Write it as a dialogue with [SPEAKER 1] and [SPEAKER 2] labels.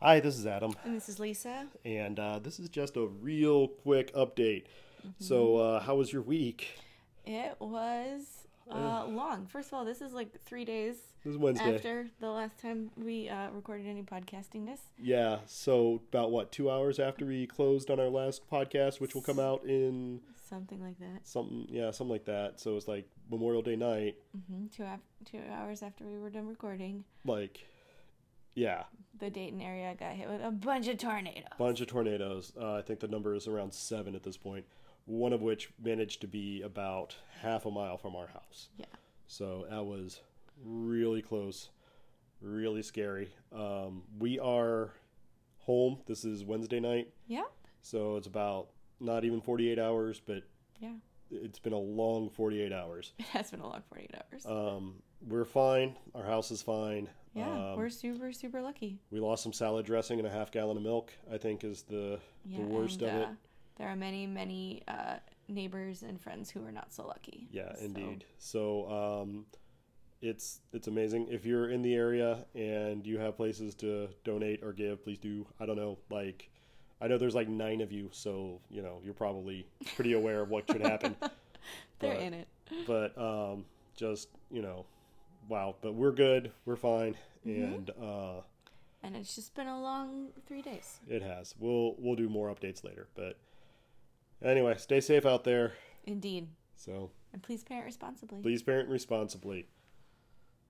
[SPEAKER 1] Hi, this is Adam,
[SPEAKER 2] And this is Lisa.
[SPEAKER 1] and uh, this is just a real quick update. So, uh, how was your week?
[SPEAKER 2] It was uh, long. First of all, this is like three days
[SPEAKER 1] This is Wednesday.
[SPEAKER 2] after the last time we uh, recorded any podcastingness.
[SPEAKER 1] Yeah, so about what, two hours after we closed on our last podcast, which will come out in
[SPEAKER 2] Something like that.
[SPEAKER 1] something, yeah, something like that. So it's like Memorial Day night,
[SPEAKER 2] hmm Two, af- two hours after we were done recording,
[SPEAKER 1] like, yeah,
[SPEAKER 2] the Dayton area got hit with a bunch of tornadoes.
[SPEAKER 1] bunch of tornadoes. Uh, I think the number is around seven at this point, one of which managed to be about half a mile from our house.
[SPEAKER 2] Yeah.
[SPEAKER 1] So that was really close, really scary. Um, we are home. This is Wednesday night,
[SPEAKER 2] Yep.
[SPEAKER 1] so it's about not even 48 hours, but
[SPEAKER 2] Yeah.
[SPEAKER 1] it's been a long 48 hours.
[SPEAKER 2] It has been a long 48 hours.
[SPEAKER 1] Um, we're fine. Our house is fine.
[SPEAKER 2] yeah.
[SPEAKER 1] Um,
[SPEAKER 2] we're super, super lucky.
[SPEAKER 1] we lost some salad dressing and a half gallon of milk. I think is the
[SPEAKER 2] Yeah.
[SPEAKER 1] the worst
[SPEAKER 2] and,
[SPEAKER 1] of it.
[SPEAKER 2] uh, there are many, many uh, neighbors and friends who are not so lucky.
[SPEAKER 1] Yeah,
[SPEAKER 2] So,
[SPEAKER 1] indeed. So um, it's it's amazing. If you're in the area and you have places to donate or give, please do. I don't know, like I know there's like nine of you, so you know you're probably pretty aware of what should happen.
[SPEAKER 2] They're
[SPEAKER 1] but-
[SPEAKER 2] in it.
[SPEAKER 1] but um, just you know, wow. But we're good. We're fine, and uh,
[SPEAKER 2] And it's just been a long three days.
[SPEAKER 1] it has. We'll we'll do more updates later. But anyway, stay safe out there.
[SPEAKER 2] Indeed.
[SPEAKER 1] So
[SPEAKER 2] And please parent responsibly.
[SPEAKER 1] please parent responsibly.